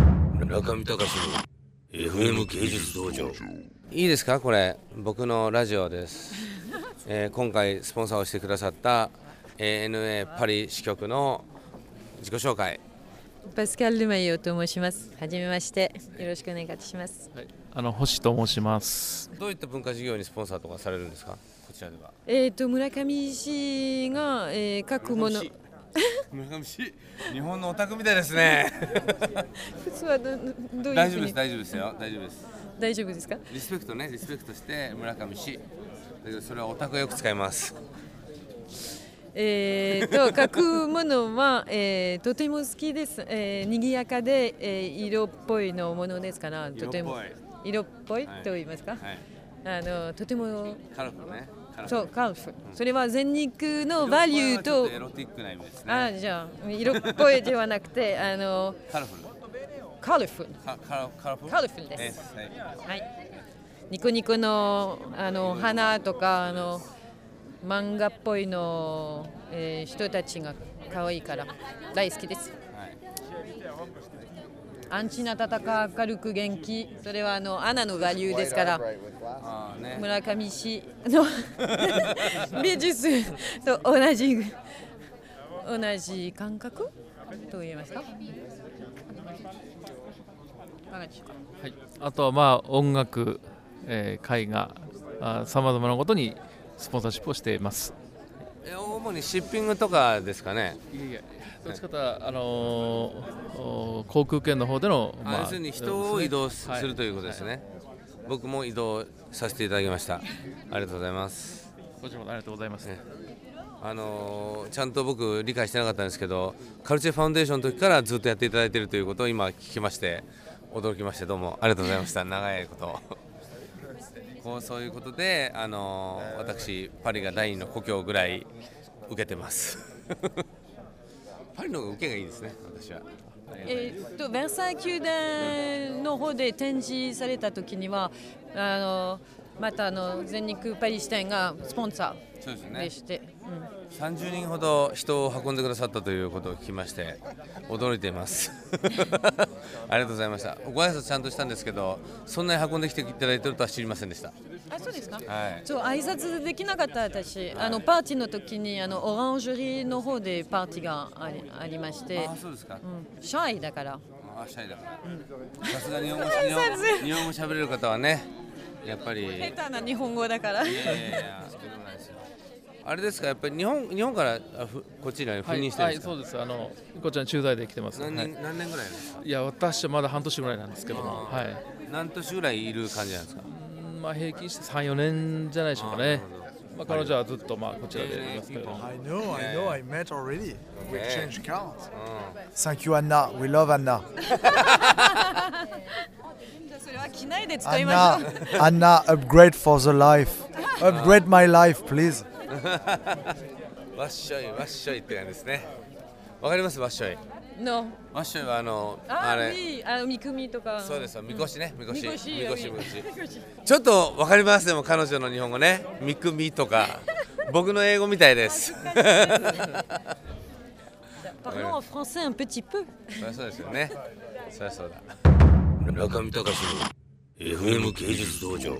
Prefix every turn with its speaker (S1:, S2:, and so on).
S1: 村上隆の FM 芸術道場
S2: いいですかこれ僕のラジオです、 えー今回スポンサーをしてくださった ANA パリ支局の自己紹介
S3: パスカル・ルマイオと申します。はじめまして。よろしくお願いいたします。
S4: はい、あの星と申します。
S2: どういった文化事業にスポンサーとかされるんですかこちらでは
S3: えっ、と、村上氏が、えー書くもの。
S2: 村上氏日本のお宅みたいです ね
S3: 普通はどどどういう
S2: 大
S3: ふ
S2: 丈夫
S3: う
S2: です
S3: に
S2: 大丈夫ですよ大丈夫です
S3: 大丈夫ですか
S2: リスペクトねリスペクトして村上氏だけどそれはお宅よく使います
S3: えっ、と、書くものは、えーとても好きです。えー、賑やかで、えー色っぽいのものですから、とても
S2: 色っ。
S3: 色っぽい
S2: はい
S3: と言いますか、
S2: はい
S3: あのとても
S2: カラフルねカラフル
S3: そうカルフルそれは全肉のバリ
S2: 色っぽいは
S3: ュー
S2: ちょっ
S3: と
S2: エロティックな意味です
S3: あ
S2: ね
S3: じゃあ色っぽいではなくてあの
S2: カラフル
S3: カルフル
S2: カカラカラフル
S3: カラフルです
S2: はい
S3: はい、ニコニコのあの花とかあの漫画っぽいの、えー人たちが可愛いから大好きです。
S2: はい
S3: アンチな戦か明るく元気それはあのアナの我流ですから
S2: ああね
S3: 村上氏の美術と同じ同じ感覚と言えますかいかがでしょうか
S4: はい、あとはまあ音楽、えー、絵画、さまざまなことにスポンサーシップをしています。
S2: え主にシッピングとかですかね、
S4: いやいや、どっちかとはあのーお航空券の方での、
S2: あ、要するに人を移動す,、るということです。
S4: は
S2: ね、僕も移動させていただきましたありがとうございます
S4: はいこちらもありがとうございます。
S2: ねあのーちゃんと僕理解してなかったんですけどカルチェファウンデーションの時からずっとやっていただいているということを今聞きまして驚きましてどうもありがとうございました 長いことこうそういうことで、あのー私パリが第二の故郷ぐらい受けてます パリの方が受けがいいですね私は
S3: えーっとベルサイユ宮殿の方で展示された時にはあのまたあの全日空パリ支店がスポンサ
S2: そうです
S3: ーでして、
S2: 30人ほど人を運んでくださったということを聞きまして驚いています ありがとうございましたご挨拶ちゃんとしたんですけどそんなに運んできていただいてるとは知りませんでした
S3: うん、あそうですか、
S2: はい
S3: そう挨拶できなかった私あのパーティーの時にあのオランジュリーの方でパーティーがありありまして、
S2: そうですか
S3: うん、シャイだから
S2: あシャイだからさすが日 本語日本日本語喋れる方はねやっぱりいやい
S3: 下手な日本語だから
S2: やいやとんでもないですよあれですかやっぱり日本日本からあふこっちに赴
S4: はい、
S2: 任してるん
S4: は
S2: で
S4: い
S2: すか、
S4: そうです。あのこちらに駐在で来てます。
S2: 何
S4: は
S2: 年
S4: い、
S2: 何年ぐらいですか
S4: いや、私はまだ半年ぐらいなんですけども、はい。
S2: 何年ぐらいいる感じなんですか
S4: まあ、平均して3、4年じゃないでしょうかね。まあ、彼女はずっとまあこちらでいますけれども。
S5: I know, I know, I met already. We
S2: Yeah.
S5: exchanged cards. Thank you, Anna. We love Anna.
S3: それは機内で使いまし
S5: Anna, Anna, upgrade for the life. Upgrade my life, please.
S2: わっしょいわっしょいって感じですねわかりますわっしょい
S3: ょう の
S2: わっしょいはあのあ
S3: ああ
S2: れ
S3: いいあのみくみとか
S2: そうですよみこしねみこし
S3: みこしよ
S2: み
S3: いい
S2: こし
S3: みこし
S2: ちょっとわかりますでも彼女の日本語ねみくみとか僕の英語みたいです。
S3: Parlons en français un petit peu.
S2: そりゃそうですよね。そりゃそうだ。村上隆の FM 芸術道場。